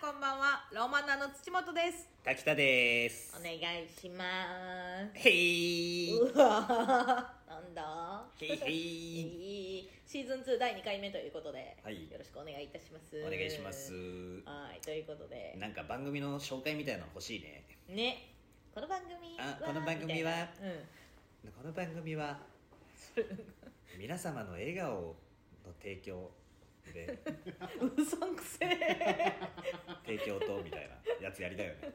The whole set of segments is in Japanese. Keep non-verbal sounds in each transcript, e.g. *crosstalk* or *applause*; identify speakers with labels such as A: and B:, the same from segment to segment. A: こんばんはロマンナの土本です
B: 滝田です
A: お。願いします
B: へいう
A: わーなんだ
B: へ
A: *laughs*
B: いへい
A: シーズン2第2回目ということで、
B: はい
A: よろしくお願いいたします
B: お願いします。
A: はいということで
B: なんか番組の紹介みたいなの欲しいね。
A: ねこの番組は
B: あこの番
A: み
B: 組は
A: たいなうん
B: この番組は皆様の笑顔の提供
A: *laughs*
B: で
A: うさんくせ
B: *laughs*
A: え
B: 提供とみたいなやつやりたいよね。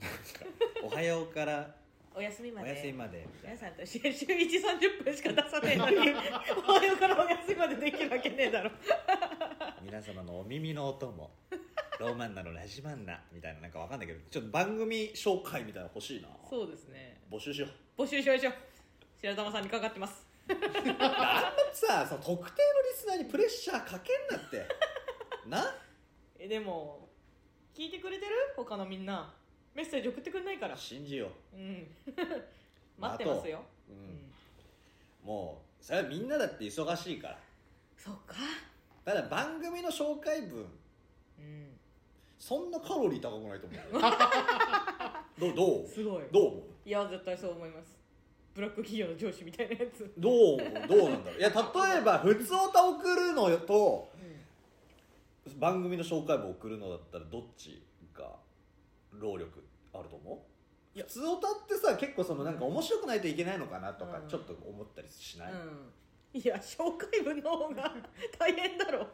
B: なんかおはようから
A: お休みま
B: お
A: で
B: 休みまでみたい
A: 皆
B: な。
A: さんと週1 30分しか出さないの
B: *laughs*
A: におはようからお休みまでできるわけねえだろ
B: 皆様のお耳のお供。ローマンナのラジマンナみたいななんかわかんないけどちょっと番組紹介みたいなの欲しいな
A: そうですね
B: 募集しよう
A: 募集しましょう白玉さんにかかってます
B: さあその特定のリスナーにプレッシャーかけんなって *laughs* な
A: えでも聞いてくれてる他のみんなメッセージ送ってくんないから
B: 信じよう
A: うん *laughs* 待ってますよ
B: 待、とううん
A: うん
B: もうそれはみんなだって忙しいから
A: そうか
B: ただ番組の紹介文
A: うん
B: そんなカロリー高くないと思 *laughs* うどうどう
A: すごい
B: どう思う
A: いや絶対そう思いますブラック企業の上司みたいなやつ、
B: どう思うどうなんだろういや例えば普通歌送るのと番組の紹介文送るのだったらどっちが労力あると思う普通歌ってさ結構そのなんか面白くないといけないのかなとか
A: うん
B: ちょっと思ったりしない、
A: うんいや紹介文の方が *laughs* 大変だろ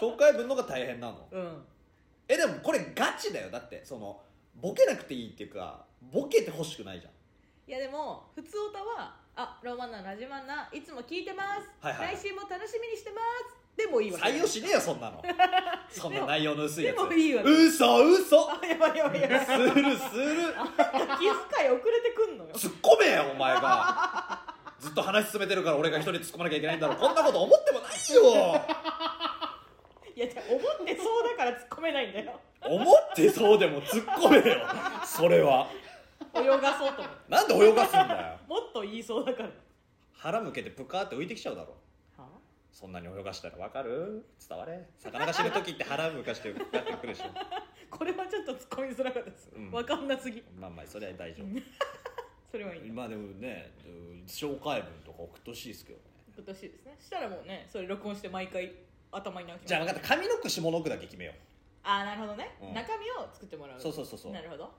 B: 紹介文の方が大変なの
A: うん
B: えでもこれガチだよだってそのボケなくていいっていうかボケてほしくないじゃん
A: いやでも普通歌は「あローマンナラジマンナいつも聞いてます、
B: はいはいはい
A: 来週も楽しみにしてます」でもいいわけ
B: 採用しねえよそんなのそんな内容の薄いやつ
A: でもいいわ
B: 嘘嘘
A: あ *laughs* やばいや
B: *laughs*
A: ばいやばい
B: する
A: 気
B: する
A: 遣い遅れてくんのよ
B: 突っ込めよお前がずっと話進めてるから俺が一人で突っ込まなきゃいけないんだろうこんなこと思ってもないよ
A: いやじゃあ思ってそうだから突っ込めないんだよ
B: 思ってそうでも突っ込めよそれは
A: 泳がそうと思って
B: なんで泳がすんだよ
A: もっと言いそうだからは
B: 腹向けてプカーって浮いてきちゃうだろそんなに泳がしたらわかる伝われ魚が死ぬ時って腹向かして浮かってくるでしょ *laughs*
A: これはちょっと突っ込みづらかったです、
B: うん
A: わかんなすぎ
B: まあまあそれは大丈夫
A: それはいいんだ
B: まあでもね紹介文とか送ってほしいですけどね
A: 今年ですねしたらもうねそれ録音して毎回頭に流します
B: じゃあ分かった上の句下の句だけ決めよ
A: ああなるほどね、
B: うん
A: 中身を作ってもら
B: う
A: う
B: そうそうそうそう
A: なるほど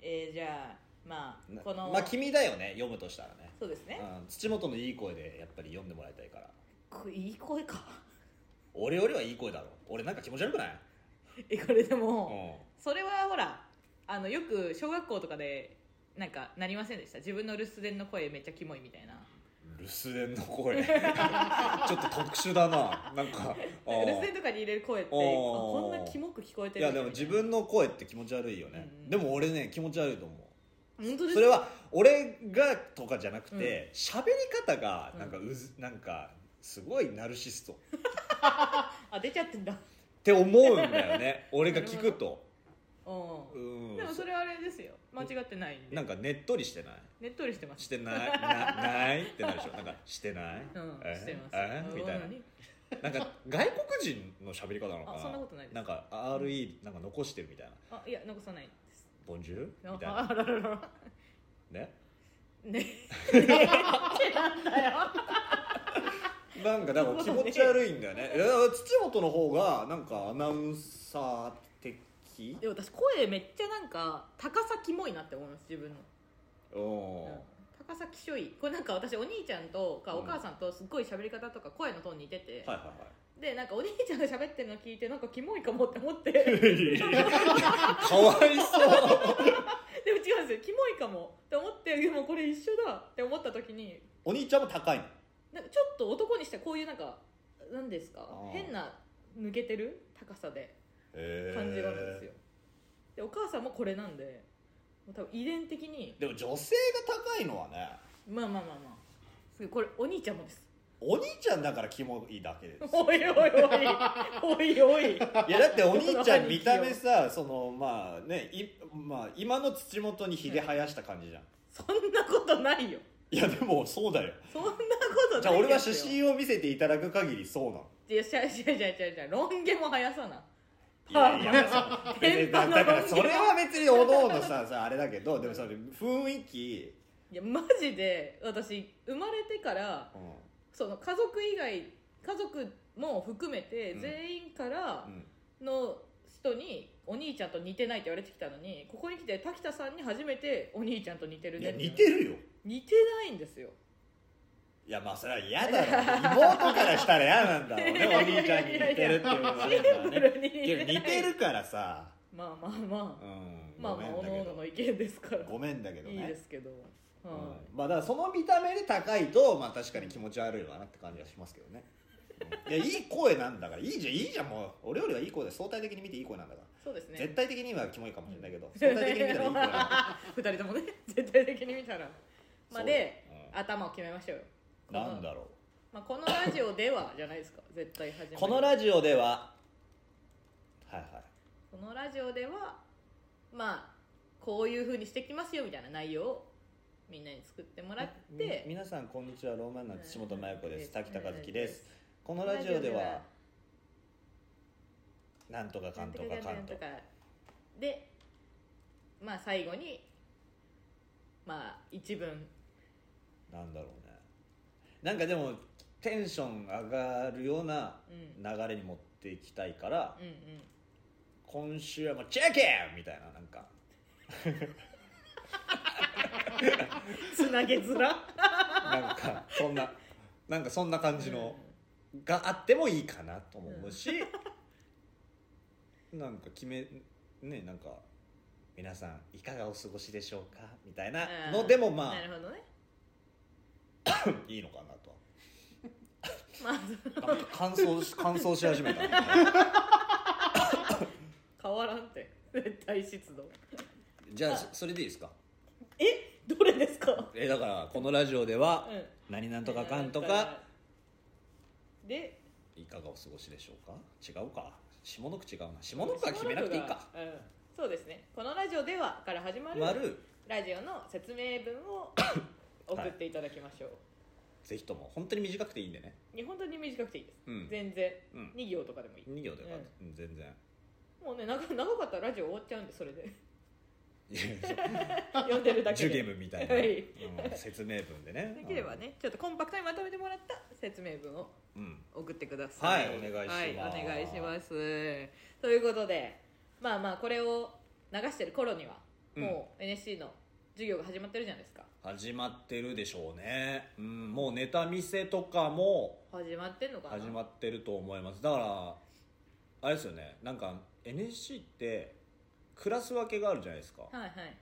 A: えー、じゃあまあ
B: な
A: この、
B: まあ君だよね読むとしたらね
A: そうですね、
B: うん、土本のいい声でやっぱり読んでもらいたいから
A: これいい声か *laughs*
B: 俺よりはいい声だろ俺なんか気持ち悪くない
A: えこれで
B: う
A: も、
B: ん
A: それはほらあのよく小学校とかでなんかなりませんでした自分の留守電の声めっちゃキモいみたいな
B: 留守電
A: *laughs*
B: の声ちょっと特殊だななんかあ
A: *laughs* 留
B: ー
A: 守電とかに入れる声ってあ
B: あー
A: こんなキモく聞こえて
B: い
A: る
B: や
A: んだ
B: でも自分の声って気持ち悪いよね、
A: うん
B: でも俺ね気持ち悪いと思う
A: 本当です
B: それは俺がとかじゃなくて喋、り方がなんかうず、なんかすごいナルシストっ
A: あ出ちゃってんだ
B: て思うんだよね俺が聞くと
A: *laughs* う
B: うんん
A: でもそれはあれですよ間違ってないんで
B: なんかねっとりしてない
A: ねっとりしてます
B: してないなないってなるでしょなんかしてない、
A: うん
B: え
A: してます
B: えみたいな
A: うん
B: なんか外国人の喋り方なのかな
A: あそんなことないです
B: なんか RE なんか残してるみたいな
A: あいや残さないです
B: 「ボンジュール」みたい
A: あ
B: な
A: あららら *laughs*
B: ね *laughs*
A: ね
B: なんかだから気持ち悪いんだよねいや土本の方がなんかアナウンサー的
A: でも私声めっちゃなんか高さキモいなって思います自分の
B: おー
A: 高さきしょいこれなんか私お兄ちゃんとかお母さんとすっごい喋り方とか声のトーン似てて、
B: はいは
A: でなんかお兄ちゃんが喋ってるの聞いてなんかキモいかもって思ってでも違うん
B: いはい *laughs* かわいそう
A: ですよキモいかもって思ってでもこれ一緒だって思った時に
B: お兄ちゃんも高いの
A: なんかちょっと男にしてこういうなんか何ですか
B: あー
A: 変な抜けてる高さで感じがあるんですよ、でお母さんもこれなんでもう多分遺伝的に
B: でも女性が高いのはね
A: まあまあまあまあすごいこれお兄ちゃんもです
B: お兄ちゃんだからキモいだけです
A: おいおいおいおいおい
B: いやだってお兄ちゃん見た目さそのまあねい、まあ、今の土元にひげ生やした感じじゃん、
A: そんなことないよ
B: いやでもそうだよ
A: そんなことない
B: じゃあ俺は
A: です
B: 写
A: よ
B: 真を見せていただく限りそうなの
A: いや違う違う違う違う違うロン毛も生やさな
B: いやいや別にだだからそれは別におのおのささあれだけどでもそれ雰囲気、
A: いやマジで私生まれてから
B: うん
A: その家族以外家族も含めて
B: うん
A: 全員から
B: うん
A: の人にお兄ちゃんと似てないって言われてきたのにここに来て滝田さんに初めてお兄ちゃんと似てる
B: い
A: ね
B: や
A: って
B: 似てるよ
A: 似てないんですよ
B: いやまあそれは嫌だろう妹からしたら嫌なんだ *laughs* ろうねお兄ちゃんに似てるって *laughs* いうのはね
A: シンプルに似
B: け
A: て
B: ど
A: ない
B: 似てるからさ、
A: まあまあま
B: う
A: あ、
B: ん、
A: まあ
B: ご
A: ま
B: め
A: あ
B: ん
A: おのお
B: だけど
A: のの意見ですから
B: ごめんだけどね
A: いいですけど、
B: うん
A: は
B: まあだからその見た目で高いとまあ確かに気持ち悪いわなって感じはしますけどね、うんいやいい声なんだからいいじゃんいいじゃんもう俺よりはいい声で相対的に見ていい声なんだから、
A: い、そうですね
B: 絶対的にはキモいかもしれないけど相対的に見たらいい声なんだから *laughs*
A: *laughs* 2人ともね絶対的に見たらまあで、
B: そ
A: 頭を決めましょうよ
B: ううんなんだろう
A: まあ、このラジオではじゃないですか絶対始める
B: このラジオでははいはい
A: このラジオではまあこういうふうにしてきますよみたいな内容をみんなに作ってもらっ
B: み
A: て
B: 皆さんこんにちはローマンの岸本麻也子です
A: うん
B: 滝高月ですこのラジオではなんとかかんとかかんと
A: なんとかでまあ最後にまあ一文
B: なんだろうねなんかでもテンション上がるような
A: うん
B: 流れに持っていきたいから
A: うんうん
B: 今週はもうチェッンみたいななんか
A: つなげづら
B: なんかそんななんかそんな感じのがあってもいいかなとも思うし、 *laughs* なんか決めねなんか皆さんいかがお過ごしでしょうかみたいな
A: うん
B: のでもま
A: なるほどね
B: あ *laughs* いいのかなと
A: まあ
B: なんか乾燥し *laughs* 乾燥し始めたね
A: 変わらんって絶対湿度
B: じゃあそそれでいいですか
A: えどれですか
B: えだからこのラジオでは
A: うん
B: 何なんとかかんとか
A: で
B: いかがお過ごしでしょうか違うか下の句違うな下の句は決めなくていいか
A: うんそうですねこのラジオではから始まる
B: 丸
A: ラジオの説明文
B: *coughs*
A: を送っていただきましょう、
B: ぜひとも本当に短くていいんでね
A: いや本当に短くていいです、
B: うん
A: 全然、
B: うん
A: 2行とかでもいい
B: 2行でよかったうん全然
A: もうね長長かったらラジオ終わっちゃうんでそれで
B: いや
A: 読んでるだけ
B: ジュ
A: で
B: ゲムみたいな、
A: はい
B: うん説明文でね
A: *laughs* できればねちょっとコンパクトにまとめてもらった説明文を
B: うん
A: 送ってください
B: はいお願いします
A: はいお願いしますということでまあまあこれを流してる頃にはもう NSC の授業が始まってるじゃないですか、
B: 始まってるでしょうね、うん、もうネタ見せとかも
A: 始まってんのかな
B: 始まってると思いますだからあれですよねなんか NSC ってクラス分けがあるじゃないですか
A: はいはい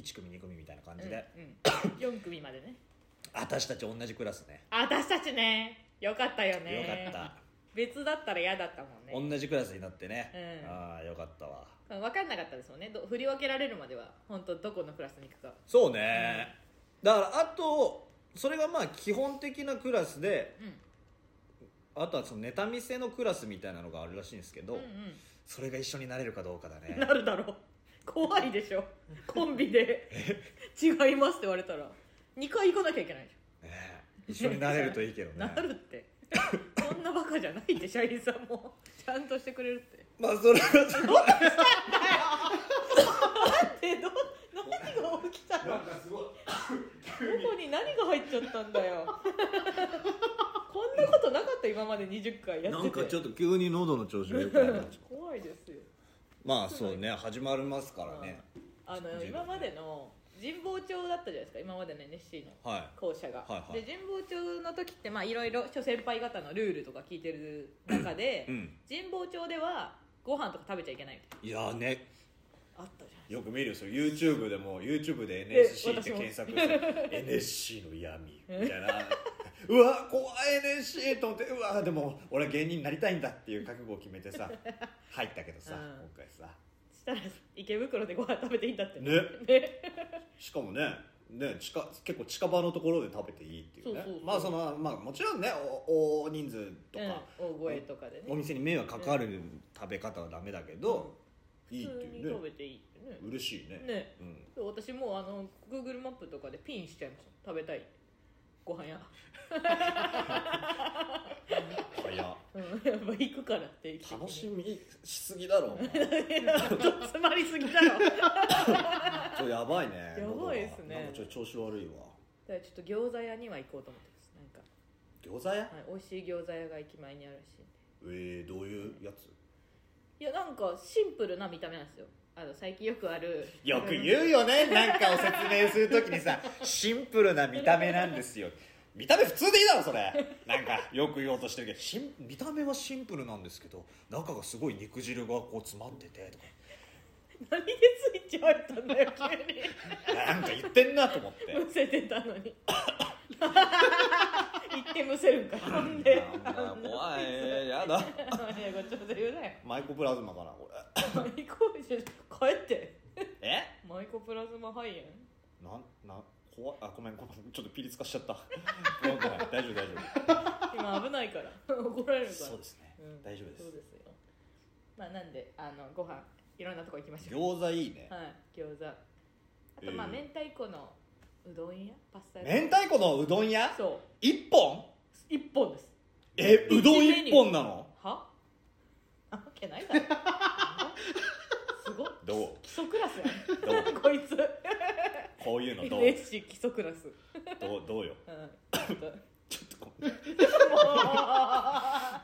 B: 1組2組みたいな感じで、
A: うんうん、4組までね
B: 私たち同じクラスね
A: あ私たちねよかったよね
B: よかっ
A: 別だったら嫌だったもんね
B: た、同じクラスになってね、
A: うん
B: ああよかったわ
A: 分かんなかったですもんねど振り分けられるまでは本当どこのクラスに行くか
B: そうね、だからあとそれがまあ基本的なクラスで
A: うん
B: あとはそのネタ見せのクラスみたいなのがあるらしいんですけど、
A: うんう
B: それが一緒になれるかどうかだ
A: ん、
B: ね
A: なるだろう怖いでしょコンビで違いますって言われたら2回行かなきゃいけないでし
B: ね一緒になれるといいけど
A: ょ、
B: ね
A: *laughs* なるってそんなバカじゃないって社員さんもちゃんとしてくれるって
B: まあそれはそれは
A: でど何が起きたの
C: なんかすごい
A: どこに何が入っちゃったんだよこんなことなかった今まで20回やってて
B: なんかちょっと急に喉の調子が良く
A: *laughs*
B: なっちゃう
A: 怖いですよ
B: まあそうね始まりますからね
A: あの
B: 10
A: 今までの神保町だったじゃないですか今までの NSC の
B: は
A: 校舎が、
B: はいはい
A: で神保町の時ってまあいろいろ諸先輩方のルールとか聞いてる中で、
B: いうん
A: 神保町ではご飯とか食べちゃいけないみたい
B: いやーね
A: なあったじゃん
B: よく見るんですよ YouTube でも YouTube で
A: え
B: NSC って
A: 私も
B: 検索して NSC の闇
A: *laughs*
B: みたいな *laughs* うわ怖い NSC と思ってうわでも俺芸人になりたいんだっていう覚悟を決め
A: *laughs*
B: てさ入ったけどさ
A: うん
B: 今回さ
A: そしたら池袋でご飯食べていいんだって
B: ね
A: ね
B: しかもねね近結構近場のところで食べていいっていうね
A: そうそうそう
B: まあそのまあもちろんねお大人数とか、
A: うん、大声とかでね
B: お店に迷惑かかる食べ方はダメだけど、いいっ
A: 普
B: て
A: 通に
B: いう
A: 食
B: ね
A: べていいってね
B: 嬉しいね
A: ね
B: うん、
A: 私もうあの Google マップとかでピンしちゃいました食べたいご飯屋
B: 早
A: うん、やっぱ行くからって
B: 楽しみしすぎだろお前
A: み *laughs* 詰まりすぎだろだか
B: ちょやばいね
A: *laughs* やばいっすね
B: 喉がなんかちょっと調子悪いわ
A: らちょっと餃子屋には行こうと思ってますなんか
B: 餃子屋
A: はい、美味しい餃子屋が駅前にあるらしいんで
B: えー、どういうやつ
A: いやなんかシンプルな見た目なんですよあの最近よくある
B: よく言うよねなんかを説明するときにさシンプルな見た目なんですよ見た目普通でいいだろそれなんかよく言おうとしてるけどしん見た目はシンプルなんですけど中がすごい肉汁がこう詰まっててと
A: 何でスイッチ入ったんだよ急に
B: かなんか言ってんなと思って
A: むせてたのに *laughs* 言ってむせるんか
B: *laughs*
A: ほんで
B: なんだ怖いやだ
A: *laughs* いやごちゃごちゃ言うなよ
B: マイコプラズマかなこれ
A: マイコ帰って
B: え
A: マイコプラズマ肺炎
B: なんなん怖いあごめんごめんちょっとピリつかしちゃったごめんご *laughs* めん大丈夫大丈
A: 今危ないから
B: *laughs*
A: 怒られる
B: 夫
A: から
B: そうですね
A: うん
B: 大丈夫です
A: そうですよまあなんであのご飯いろんなとこ行きましょう
B: 餃子いいね
A: はい餃子あとまあ、
B: え
A: 明太子のうどん屋パスタ
B: ー
A: 屋
B: 明太子のうどん屋
A: そう
B: 一本
A: 一本です
B: えうどん
A: 一
B: 一
A: 本
B: 本なの
A: はあわけないだ
B: *laughs*
A: ろすごっ
B: どう
A: 基礎クラス
B: ど
A: や
B: *laughs* うん
A: こいつ
B: こうい
A: *laughs*
B: うのどう
A: レッシー基礎クラス
B: どうどうよ
A: うんちょっと
B: ちょっとご
A: *laughs*
B: めん
A: も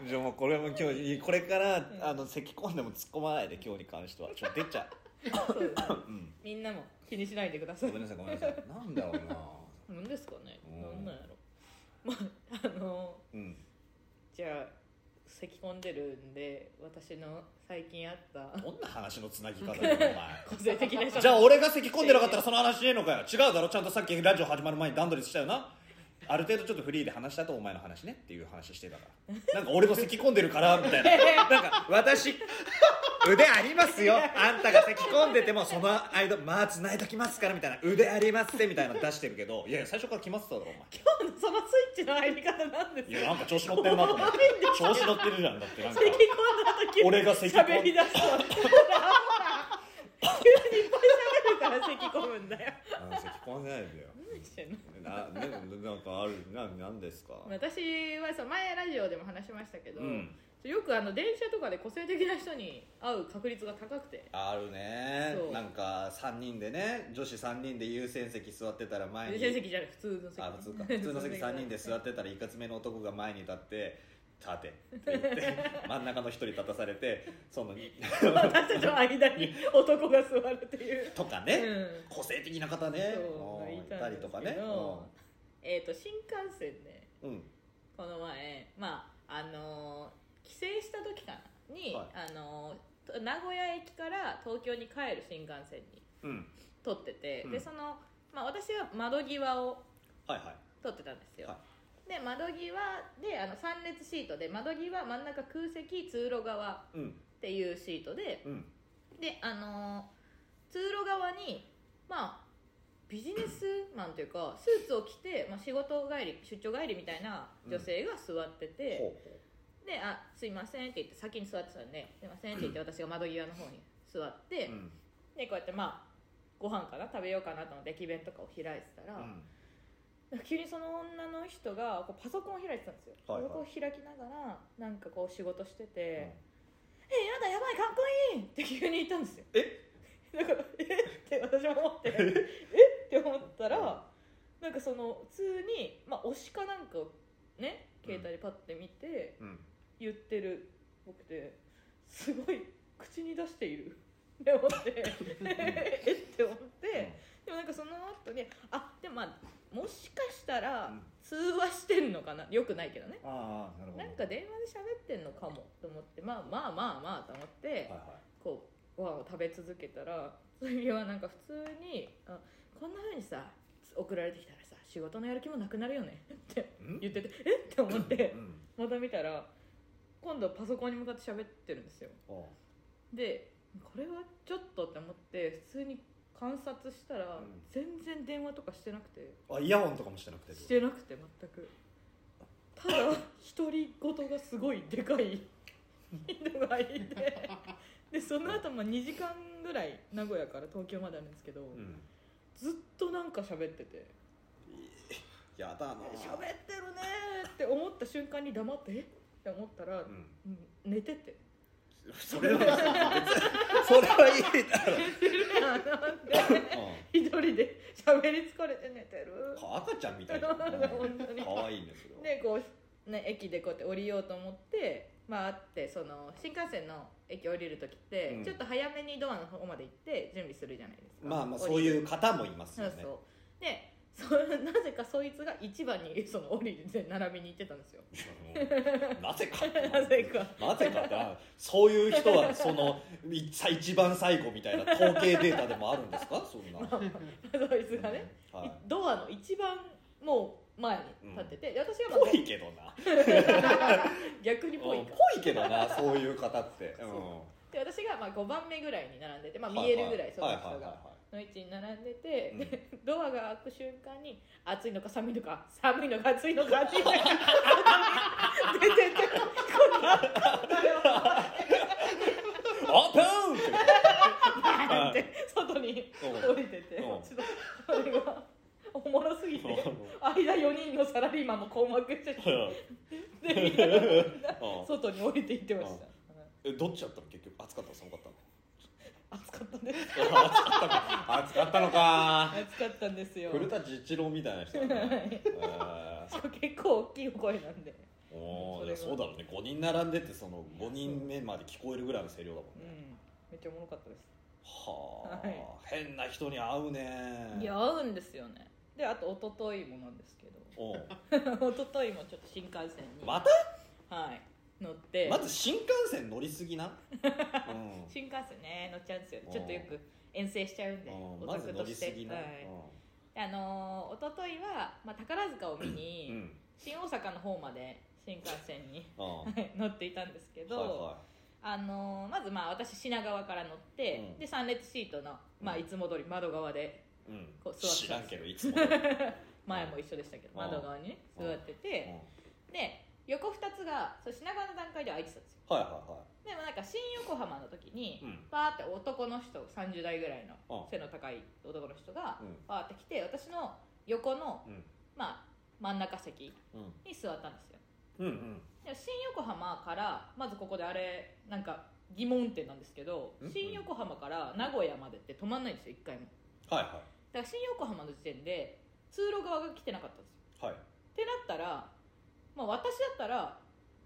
B: じゃあもうこれも今日これから、
A: ん
B: あの咳込んでも突っ込まないで今日に関してはちょっと出ちゃ
A: うそうですね
B: う、うん、
A: みんなも気にしないでくださ
B: ご
A: い
B: めんなさいごめんなさいなんだろうな
A: なんですかね
B: うん
A: なんなんやろまああの
B: *laughs* うん
A: じゃあ咳込んでるんで私の最近あった
B: どんな話のつなぎ方だよお前
A: 個性的な人
B: じゃあ俺が咳込んでなかったらその話しねえのかよ違うだろちゃんとさっきラジオ始まる前に段取りしたよなある程度ちょっとフリーで話したとお前の話ねっていう話してたからなんか俺も咳込んでるからみたいななんか私 *laughs* 腕ありますよあんたが咳込んでてもその間まあ繋いときますからみたいな腕ありますってみたいなの出してるけどいやいや最初から決まってただろお
A: そのスイッチの入り方なんです
B: 前いやなんか調子乗ってるなと思って調子乗ってるじゃん
A: *laughs*
B: だってなんか
A: 咳込んだ時
B: 俺が咳込ん
A: 喋り出すと急にいっぱい喋るから咳込むんだ
B: *laughs*
A: よ
B: あの咳込んでないでよ
A: 何してんの
B: なねなんかあるななんですか
A: 私はそう前ラジオでも話しましたけど、
B: うん
A: よくあの電車とかで個性的な人に会う確率が高くて
B: あるね
A: そう
B: なんか3人でね女子3人で優先席座ってたら前に
A: 優先席じゃない普通の席
B: あ
A: *laughs*
B: 普通か普通の席3人で座ってたらいかつめの男が前に立って「
A: *laughs*
B: 立て」って言って真ん中の1人立たされてその *laughs*
A: 私たちの間に男が座るっていう、
B: とか
A: う
B: ね、
A: ん、
B: 個性的な方ね
A: そう
B: うん
A: い
B: い
A: た
B: た
A: ん
B: り
A: ですけど
B: とかね
A: えっ、と新幹線で
B: うん、うん
A: この前まああのー帰省した時かなに、
B: は
A: あのーと名古屋駅から東京に帰る新幹線に
B: うん
A: 撮ってて、
B: う
A: で
B: ん
A: その、まあ、私は窓際を
B: はいはい
A: 撮ってたんですよ、
B: は
A: で窓際であの3列シートで窓際真ん中空席通路側
B: うん
A: っていうシートで
B: うん
A: であのー通路側にまあビジネスマンというかスーツを着て、まあ、仕事帰り出張帰りみたいな女性が座ってて、
B: ほうほ
A: で「あすいません」って言って先に座ってたんで「すいません」って言って私が窓際の方に座って、
B: ううん
A: でこうやってまあご飯かな食べようかなと思って駅弁とかを開いてた
B: う
A: ら、
B: ん
A: 急にその女の人がこうパソコンを開いてたんですよ、
B: はいはい
A: パソコンを開きながらなんかこう仕事してて「えやだやばいかっこいい!」って急に言ったんですよ
B: え
A: だから「えっ?」て私も思って「えっ?」て思ったらなんかその普通に、まあ、推しかなんかをね携帯でパッて見て
B: うん
A: 言ってる僕てすごい口に出しているって思 *laughs* ってえっって思って。でもなんかその後にあでもまあもしかしたら
B: うん
A: 通話してんのかなよくないけどね
B: ああなるほど
A: なんか電話で喋ってんのかもと思ってまあまあまあまあと思って
B: はいは
A: こうご飯を食べ続けたら *laughs* 次はなんか普通にあこんな風にさ送られてきたらさ仕事のやる気もなくなるよね *laughs* って
B: いうん
A: 言っててえって思って *laughs*
B: うん
A: また見たら今度パソコンに向かって喋ってるんですよ
B: あー
A: でこれはちょっとって思って普通に観察したら、
B: うん
A: 全然電話とかしてなくて
B: あイヤホンとかもしてなくて
A: してなくて全くただ独り言がすごいでか
B: *laughs*
A: い人がいてでその後も2時間ぐらい名古屋から東京まであるんですけど、
B: うん
A: ずっとなんか喋ってて
B: やだな
A: 「喋ってるね」って思った瞬間に黙って「えって思ったら、
B: うん
A: うん寝てて *laughs*
B: それは別にそれはいいだろう
A: なんで一人で喋り疲れて寝てる
B: うん赤ちゃんみた
A: *laughs*
B: いな
A: 本当に
B: 可愛いねそれは
A: でこう、ね、駅でこうやって降りようと思って、まあ、あってその新幹線の駅降りる時って、
B: うん
A: ちょっと早めにドアの方まで行って準備するじゃないですか
B: まあま
A: 降
B: あそう
A: り
B: い
A: る
B: う方もいます
A: そ
B: よ
A: う
B: ね
A: そうでそ *laughs* なぜかそいつが一番にその降りて並びに行ってたんですよ
B: うんなぜか
A: なぜか
B: なぜかってあそういう人はそのい一番最後みたいな統計データでもあるんですかそんな
A: *laughs* そいつがね、
B: はい
A: ドアの一番もう前に立ってて、で私はま
B: ぽ
A: あ
B: いけどな
A: *laughs* 逆にぽい
B: うん
A: か
B: ぽいけどなそういう方って
A: そう
B: うん
A: で私がまあ5番目ぐらいに並んでて、まあ、
B: は
A: 見
B: い
A: えるぐらいその
B: はい
A: 人
B: はいはい
A: が
B: は
A: の位置に並んでて、
B: うん
A: でドアが開く瞬間に暑いのか寒いのか寒いのか暑いのか暑いのか出ててバ
B: いオープンって *laughs*
A: ーンって外に
B: うん
A: 降りてて、
B: うん
A: ちょっとそれがおもろすぎて間4人のサラリーマンも困惑しちゃってでみんな
B: うん
A: 外に降りていってました、
B: えどっちだったの結局暑かった寒かったの
A: 暑かったんです
B: 暑かったのか
A: 暑かったんですよ
B: 古舘一郎みたいな人だね、え
A: しかも結構大きい声なんで、
B: ー、お
A: そ
B: ー
A: れが
B: そうだろうね5人並んでてその5人目まで聞こえるぐらいの声量だも
A: うん
B: ね、
A: ん、めっちゃおもろかったです
B: はあ、
A: はい
B: 変な人に会うね
A: いや合うんですよねであと一昨日もなんです *laughs* けど
B: おう
A: 一昨日もちょっと新幹線に、
B: また
A: はい、乗って
B: まず新幹線乗りすぎな、うん
A: 新幹線ね乗っちゃうんですよ
B: うん
A: ちょっとよく遠征しちゃうんで
B: うん
A: オ
B: ま
A: タ
B: ず
A: ク
B: 乗
A: と
B: り
A: し
B: す
A: て
B: ぎな、
A: は
B: う
A: い
B: ん
A: であのー、一昨日は、まあ、宝塚を見に、
B: うんうん
A: 新大阪の方まで新幹線に *laughs*
B: は
A: 乗っていたんですけ
B: い
A: ど、
B: は
A: あのーまずまあ私品川から乗って、
B: うん
A: で3列シートの、まあ、
B: うん
A: いつも通り窓側で
B: い、うん
A: こう座ってます
B: 知らんけどいつも通り、うん
A: 前も一緒でしたけど
B: うん
A: 窓側にね
B: うん
A: 座っててで横2つがそう品川の段階では空いてたんですよ
B: はいは
A: でもなんか新横浜の時に、
B: い
A: バー
B: はいうん
A: って男の人30代ぐらいの
B: うん
A: 背の高い男の人が
B: うん
A: バーって来て私の横の、
B: うん
A: まあ、真ん中席
B: うん
A: に座ったんですよ
B: うんうん
A: で新横浜からまずここであれなんか疑問点なんですけど
B: うん
A: 新横浜から名古屋までって止まんないんですよ1回も
B: はいは
A: だから新横浜の時点で通路側が来てなかったんですよ
B: いはい、
A: ってなったら、まあ、私だったら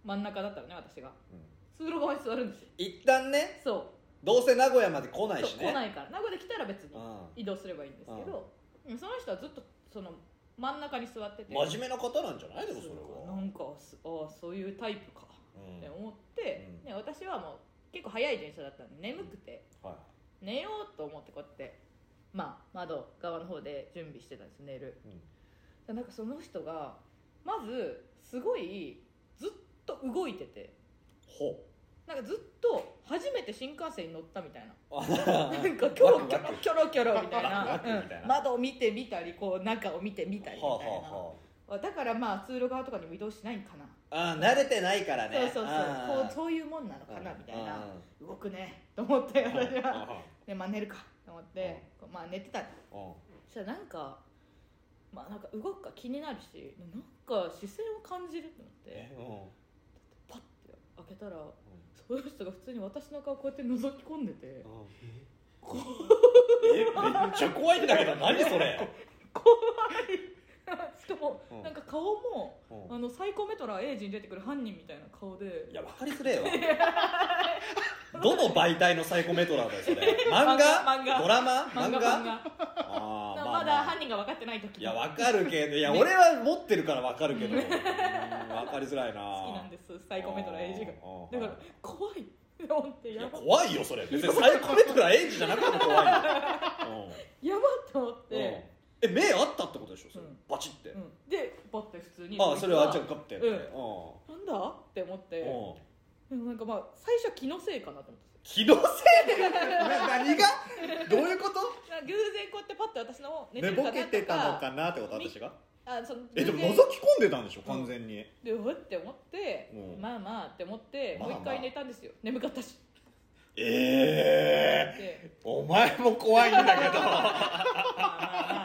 A: 真ん中だったらね私が
B: うん、
A: 通路側に座るんですよ
B: 一旦ね
A: そ
B: どうせ名古屋まで来な
A: う
B: いし
A: そう
B: ね
A: 来ないから名古屋で来たら別に
B: うん
A: 移動すればいいんですけど、うんその人はずっとその真ん中に座ってて
B: 真面目な方なんじゃないでもそれ
A: そうな
B: は
A: んかすああそういうタイプか
B: うん
A: って思って、
B: うん
A: ね、私はもう結構早い電車だったんで眠くて
B: は
A: 寝ようと思ってこうやって、まあ、窓側の方で準備してたんです寝る
B: いうん
A: でなんかその人がまずすごいずっと動いてて
B: ほ *laughs*
A: なんかずっと初めて新幹線に乗ったみたいな
B: う
A: なんかキョロキ
B: *laughs* ワ
A: ョ
B: クワ
A: ロ
B: ク
A: キョロキョロみたい
B: ワ
A: な
B: クワクみたいな
A: うん窓を見てみたりこう中を見てみたりみたいな、
B: はあは
A: だからまあ通路側とかにも移動しないんかな、
B: あはああー慣れてないからね
A: そうそう
B: あ
A: そうこ
B: ー
A: うそういうもんなのかな
B: うん
A: みたいな
B: うん
A: 動くねと思って私
B: うん
A: は *laughs* でまあ寝るかと思ってこうまあ寝てた
B: うん
A: そしたらなんかまあなんか動くか気になるしなんか視線を感じると思って
B: えうん
A: パッて開けたらその人が普通に私の顔こうやって覗き込んでて
B: うんえめっちゃ怖いんだけど何それ
A: 怖い *laughs* しかも
B: うん
A: なんか顔も
B: うん
A: あのサイコメトラーエイジに出てくる犯人みたいな顔で
B: いや分かりづれえよどの媒体のサイコメトラーだよそれ漫画
A: *laughs* 漫画
B: ドラマ
A: 漫
B: 漫
A: 画
B: 画
A: 漫画
B: あー
A: まだ犯人が分かってない時
B: いや、わかるけど、いや、
A: ね
B: 俺は持ってるからわかる
A: *laughs*
B: けど、うんわかりづらいな。
A: 好きなんですすサイコメトラーエイジが
B: あ
A: だ
B: ー
A: から怖い *laughs* って思って
B: い
A: や
B: や、
A: ば
B: 怖いよ、それ。別にサイコメトラーエイジじゃなくて
A: *laughs*
B: も怖いよ。
A: やばって思っ
B: うんうん
A: て、
B: え、目あったってことでしょそれ
A: うん
B: バチって
A: う。ん、でバッて普通に
B: あ、それはあっちゃんかってやって。
A: う
B: うんん。
A: なんだって思って
B: うん
A: でもなんかまあ最初は気のせいかなと思って *laughs*
B: 気のせいで何がどういうこと
A: たなんか偶然こうやってパッて私の *laughs* 寝て
B: 寝
A: るか
B: ぼ
A: な
B: け
A: と
B: てたの
A: か
B: かなってこと私が
A: あその偶
B: え、でも覗
A: 然
B: き込んでたんでしょ完全に。
A: でうわって思って、
B: うん
A: まあまあって思って、
B: まあまあ
A: もう一回寝たんですよ眠かったし
B: ええ
A: で
B: *laughs* ー、お前も *laughs* 怖いんだけど。
A: ま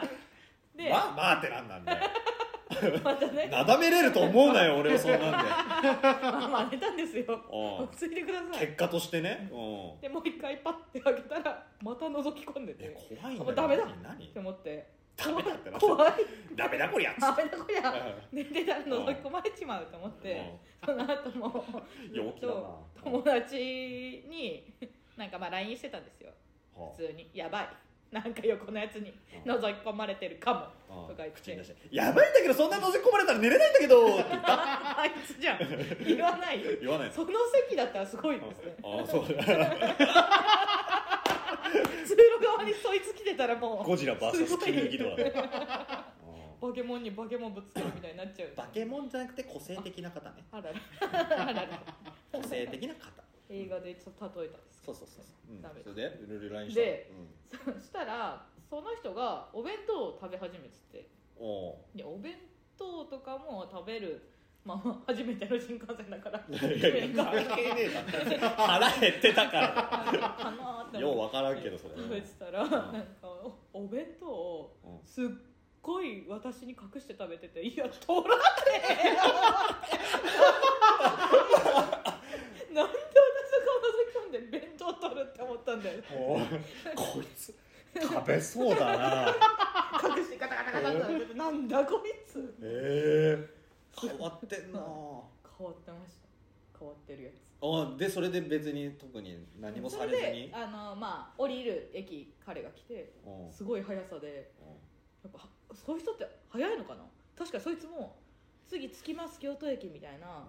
A: あまあまあで、
B: まあまあってなんなんだよ
A: またね
B: なだめれると思うなよ俺は
A: *laughs*
B: そんなんで
A: まあ真似たんですよ
B: うん
A: 落ち着いてくださ
B: 結
A: い
B: 果としてね、うん、
A: でもう一回パッて開けたらまた覗き込んで
B: え
A: て
B: 怖いんだ
A: も
B: よ
A: うダメだ
B: 何何
A: って思って
B: ダメだってな
A: 怖い
B: ダメだこりゃっつ
A: ダ
B: っ
A: メだこりゃ
B: て
A: 寝てたら覗き込まれちまうと思ってその後も
B: うん陽気だな
A: 友達になんかまあ LINE してたんですよ
B: は
A: 普通にやばいなんか横のやつに覗き込まれてるかも
B: あうん
A: とか言って
B: 口に出して「やばいんだけどそんな覗き込まれたら寝れないんだけ
A: *laughs*
B: ど」って言った
A: あいつじゃん言わないよ
B: 言わないの
A: その席だったらすごいですね
B: ああそう
A: *laughs* 通路側にそいつ来てたらもう
B: ゴジラ VS キムギドラだようん
A: バケモンにバケモンぶつけるみたいになっちゃう
B: バケモンじゃなくて個性的な方ね
A: あららあらら
B: 個性的な方
A: 映画でちょっと例えたんです
B: そうそうそうそう、うん
A: ダメだ
B: それでルルライン
A: でそしたらその人がお弁当を食べ始めてて
B: うん、おう
A: でお弁当とかも食べるまあ初めての新幹線だから
B: いやいや関係ねえだろ腹減ってたか
A: あのかなーって
B: らよう
A: 思っ
B: 分から
A: て
B: んけどそれ
A: 食べてたらなんかおお弁当を
B: うん
A: すっごい私に隠して食べてて「いや取らね *laughs* えよ!」なんで私が覗き込んで弁当取るって思ったんだよ
B: おいこいつ食べそうだ *laughs* な
A: 隠してガタガタガタって食べててなんだこいつ
B: ええ変わってん
A: 変
B: な
A: わってました変わってるやつ
B: あでそれで別に特に何もされずに
A: それであのまあ降りる駅彼が来て
B: うん
A: すごい速さでやっぱそういう人って早いのかな確かにそいつも次着きます京都駅みたいな、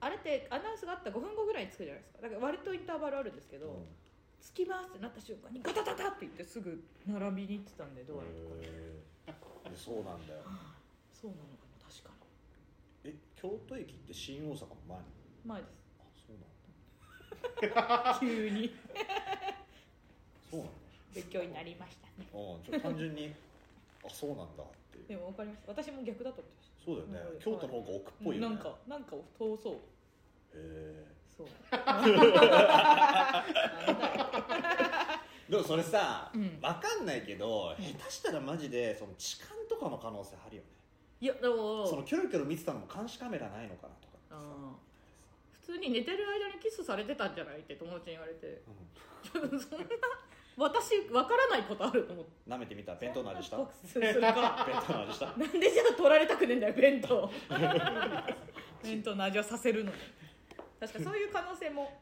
A: あれってアナウンスがあった5分後ぐらいに着くじゃないですかだから割とインターバルあるんですけど、
B: うん
A: 着きますってなった瞬間にガタタタって言ってすぐ並びに行ってたんでどうやって
B: へえそうなんだよ
A: そうなのかな確か
B: え京都駅って新大阪の前に
A: に前で
B: あそうなん
A: *laughs*
B: だ
A: す急に
B: そうなんだ
A: 勉強になりましたね
B: うんちょっと単純にあそうなんだっていう
A: でも分かりました私も逆だと思ってまし
B: そうだよね
A: うん
B: 京都の方が奥ったぽいよ
A: な
B: ね
A: んかなんかを通そう
B: へ
A: そう *laughs* なんだよ
B: えでもそれさ
A: うん
B: わかんないけど下手したらマジでその痴漢とかの可能性あるよね
A: いやでも
B: そのキョロキョロ見てたのも監視カメラないのかなとかってさ
A: あー普通に寝てる間にキスされてたんじゃないって友達に言われて *laughs* そんな私分からないことあると思って
B: うん舐めてみた弁当の味した
A: そん
B: 弁
A: な告知するか
B: 当の味した
A: なんでじゃあ取られたくねえんだよ弁当 *laughs* 弁当の味をさせるのに確かそういう可能性も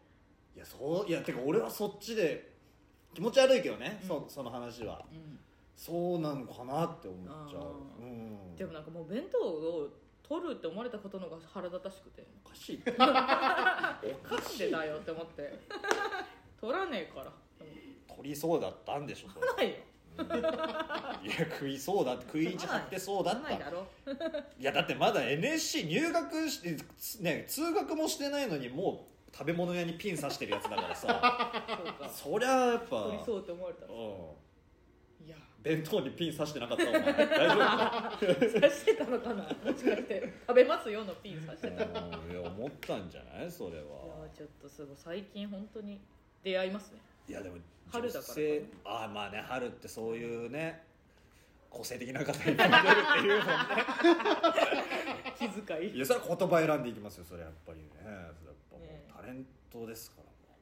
B: いやそういやてか俺はそっちで気持ち悪いけどね、
A: うん
B: そその話は
A: うん
B: そうなのかなって思っちゃ
A: あ
B: う、うん、
A: でもなんかもう弁当を取るって思われたことのが腹立たしくて
B: おかしいおか
A: *laughs* なん
B: し
A: で
B: い
A: だよって思って取らねえからって思って
B: 取りそうだったんでしょそれ
A: 取らないよ
B: いや食いそうだって食い意地張ってそうだっ
A: 取らない
B: た
A: だろ
B: いやだってまだ NSC 入学して、つね、通学もしてないのにもう食べ物屋にピン刺してるやつだから *laughs* さ
A: そうか
B: そりゃやっぱ
A: 取りそうって思われたらいや
B: うん、弁当にピン刺してなかったお前大丈夫か
A: 刺してたのかなもしかして食べますよのピン刺し
B: う
A: てた
B: ん
A: いや
B: いや思ったんじゃないそれは
A: ちょっとすごい最近本当に出会いますね
B: いやでも
A: 春だからかな
B: 女性ああまあね春ってそういうね個性的な方に出るっていうもんね
A: 気遣い
B: *laughs* いやそれは言葉選んでいきますよそれやっぱりねそれやっぱも
A: ねえ
B: うタレントですからもう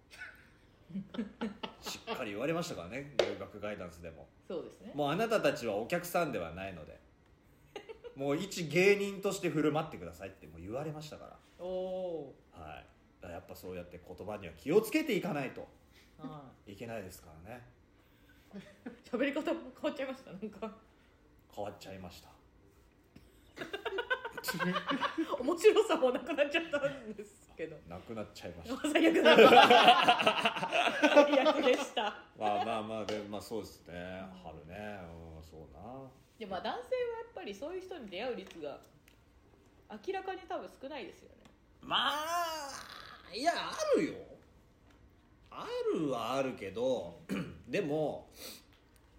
B: *laughs* しっかり言われましたからね留学ガイダンスでも
A: そうですね
B: もうあなたたちはお客さんではないのでもう一芸人として振る舞ってくださいってもう言われましたか
A: おお
B: らはいだからやっぱそうやって言葉には気をつけていかないと
A: ーはい
B: けないですからね
A: い喋り方も変わっちゃいましたなんか *laughs*
B: 変わっちゃいました
A: 面白さもなくなっちゃったんですけ *laughs* ど
B: なくなっちゃいました
A: あ最悪だ最悪でした
B: *laughs* まあまあまあでまあそうですね春ねうんそうな
A: でもまあ男性はやっぱりそういう人に出会う率が明らかに多分少ないですよね
B: まあいやあるよあるはあるけど *clears throat* でも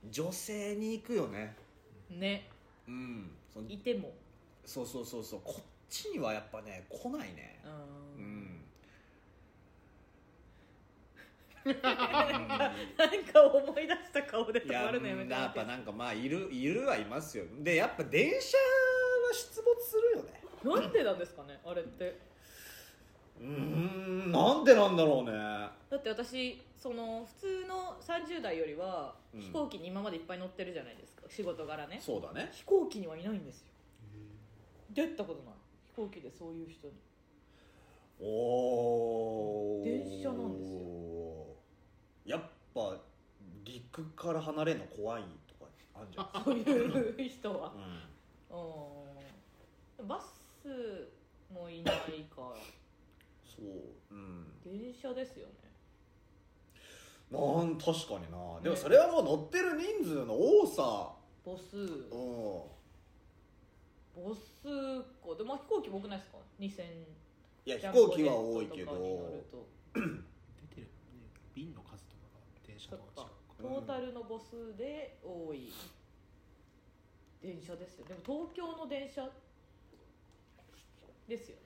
B: 女性に行くよね
A: ね
B: うんそ
A: いても
B: そうそうそうそうこっちにはやっぱね来ないね
A: う
B: うん
A: *laughs* なん
B: ん
A: か思い出した顔で
B: い
A: 止
B: や
A: ま
B: う
A: るのやめ
B: ん
A: ても
B: や
A: ら
B: ってぱなんかまあいるいるはいますよでやっぱ電車は出没するよね
A: なんでなんですかねあれって
B: うーんなんでなんだろうね
A: だって私その普通の30代よりは
B: うん
A: 飛行機に今までいっぱい乗ってるじゃないですか、仕事柄ね
B: そうだね
A: 飛行機にはいないんですよ出たことない飛行機でそういう人に
B: おお
A: 電車なんですよ
B: やっぱ陸から離れるの怖いとかあるん
A: *laughs*
B: じゃない
A: そういう人は
B: *laughs* う
A: うんバスもいないから
B: ん、そううん
A: 電車ですよね
B: なん確かになで
A: ね
B: もそれはもう乗ってる人数の多さ
A: 母数
B: うん
A: 母数個でまあ飛行機多くないですか2000
B: いや
A: ジ
B: 飛
A: ャンボ
B: 行機は多いけ
A: ジェットとかに乗
B: ど
A: ると
C: 出てるもんね瓶の数とかが電車とか違う
A: トータルの母数で多い電車ですよでも東京の電車ですよね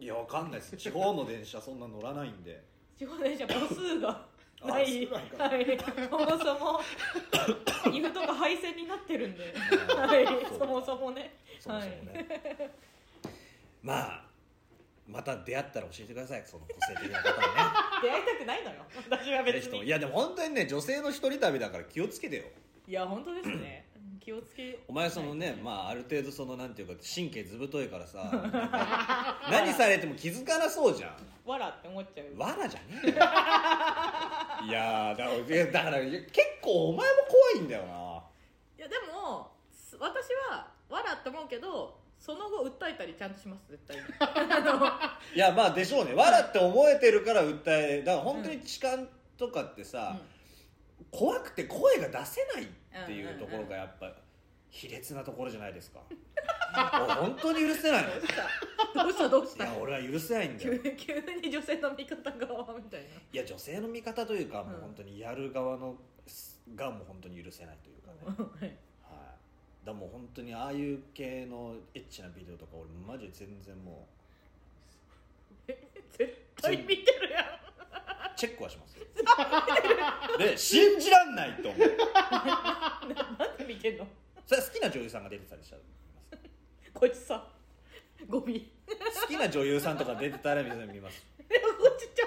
B: いやわかんないです地方の電車そんな乗らないんで
A: 地方電車母数が
B: あ
A: ない *laughs*
B: 少
A: は
B: ないか
A: いそもそも岐阜とか廃線になってるんではい
B: そう
A: そもそもね
B: そもそも
A: *laughs*
B: ね、まあまた出会ったら教えてくださいその個性的な方にね
A: 出会いたくないのよ私は *laughs* 別に
B: いやでも本当にね女性の一人旅だから気をつけてよ
A: いや本当ですね気をつけ
B: お前そのね、ま
A: あ
B: あある程度そのなんていうか神経ずぶといからさ何されても気づかなそうじゃん
A: わらって思っちゃう
B: わらじゃね
A: *laughs*
B: えよいやーだからいやだからいや結構お前も怖いんだよない
A: やでもす私はわらって思うけどその後訴えたりちゃんとします絶
B: *laughs*
A: 対にあ
B: いやまあでしょうねわらって思えてるから訴えだから本当に痴漢とかって
A: の
B: さ
A: う、ん
B: 怖くて声が出せないっていうところがやっぱ卑劣なところじゃないですか *laughs* おい本当に許せないの
A: どうしたどうしたどうし
B: い
A: た
B: や俺は許せないんだ
A: 急
B: よ
A: に急に女性の味方側みたいない
B: や女性の味方というか、もううん本当にやる側のがもう本当に許せないというかね、はい、だか
A: はい
B: らもう本当にああいう系のエッチなビデオとか俺マジで全然も
A: 絶対見てるやん
B: うチェックはし *laughs* ますよで信じらんないと思う
A: なんで見てんの
B: それは好きな女優さんが出てたりしたら
A: こいつさゴミ
B: 好きな女優さんとか出てたら見ます
A: でもこいつちゃ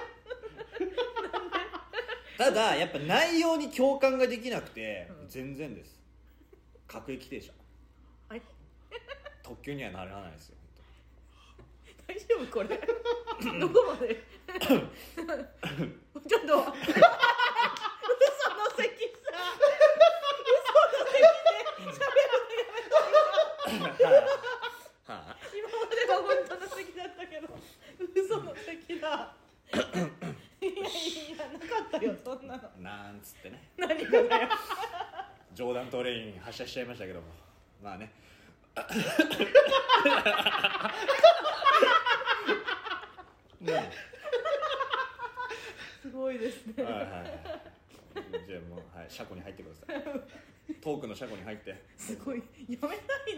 B: ただやっぱ内容に共感ができなくて、
A: うん
B: 全然です各駅停車
A: はい
B: 特急にはならないですよ
A: 大丈夫これどこまでちょっと嘘の席さ嘘の席で喋るのやめて
B: 本当はいはい
A: 今までは本当の席だったけど嘘の席だいやいやなかったよそんなの
B: なんつってね
A: 何がだよ
B: 冗談トレイン発射しちゃいましたけどもま
A: *laughs*
B: あねねはい
A: すごいですね
B: はいはいじゃあもう、はい、車庫に入ってくださいトークの車庫に入って
A: すごいやめな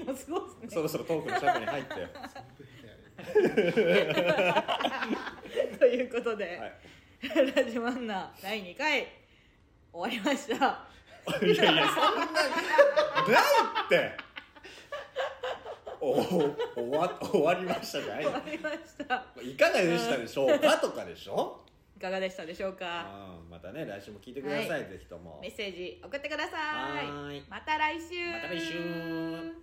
A: いのすごいです
B: そ
A: ね
B: ろそろトークの車庫に入って
A: *laughs*
B: は
A: ということで、
B: い
A: ラジマンナ第2回終わりました
B: いやいやそんなないってお終わ終わりましたじゃない
A: 終わりました
B: いかがでしたでしょうかとかでしょ、
A: いかがでしたでしょうか
B: うん、またね来週も聞いてください、
A: は
B: ぜひとも
A: メッセージ送ってください
B: はーい
A: また来週
B: また来週